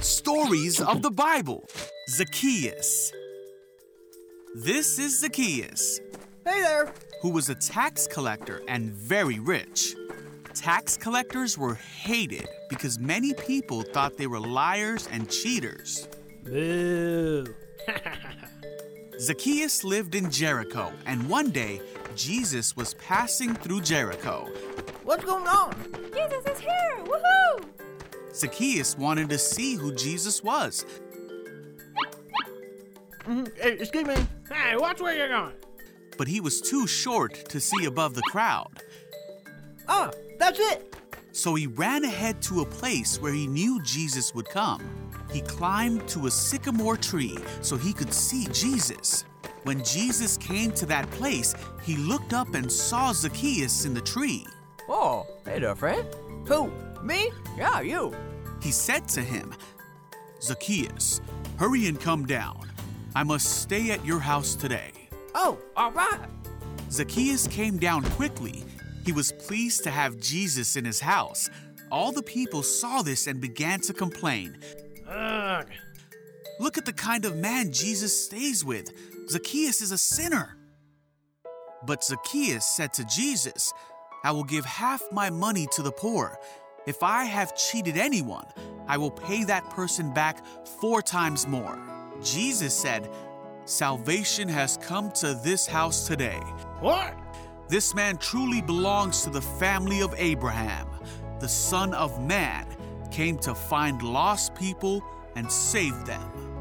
Stories of the Bible Zacchaeus. This is Zacchaeus, Hey there! who was a tax collector and very rich. Tax collectors were hated because many people thought they were liars and cheaters. Boo! Zacchaeus lived in Jericho, and one day, Jesus was passing through Jericho. What's going on? Jesus is here! Woohoo! Zacchaeus wanted to see who Jesus was, Mm, Hey, excuse me. Hey, watch where you're going. but he was too short to see above the crowd. Ah, that's it! So he ran ahead to a place where he knew Jesus would come. He climbed to a sycamore tree so he could see Jesus. When Jesus came to that place, he looked up and saw Zacchaeus in the tree. Oh, hey there, friend. Who? Me? Yeah, you. He said to him, Zacchaeus, hurry and come down. I must stay at your house today. Oh, all right. Zacchaeus came down quickly. He was pleased to have Jesus in his house. All the people saw this and began to complain. Ugh. Look at the kind of man Jesus stays with. Zacchaeus is a sinner. But Zacchaeus said to Jesus, I will give half my money to the poor. If I have cheated anyone, I will pay that person back four times more. Jesus said, Salvation has come to this house today. What? This man truly belongs to the family of Abraham. The Son of Man came to find lost people and save them.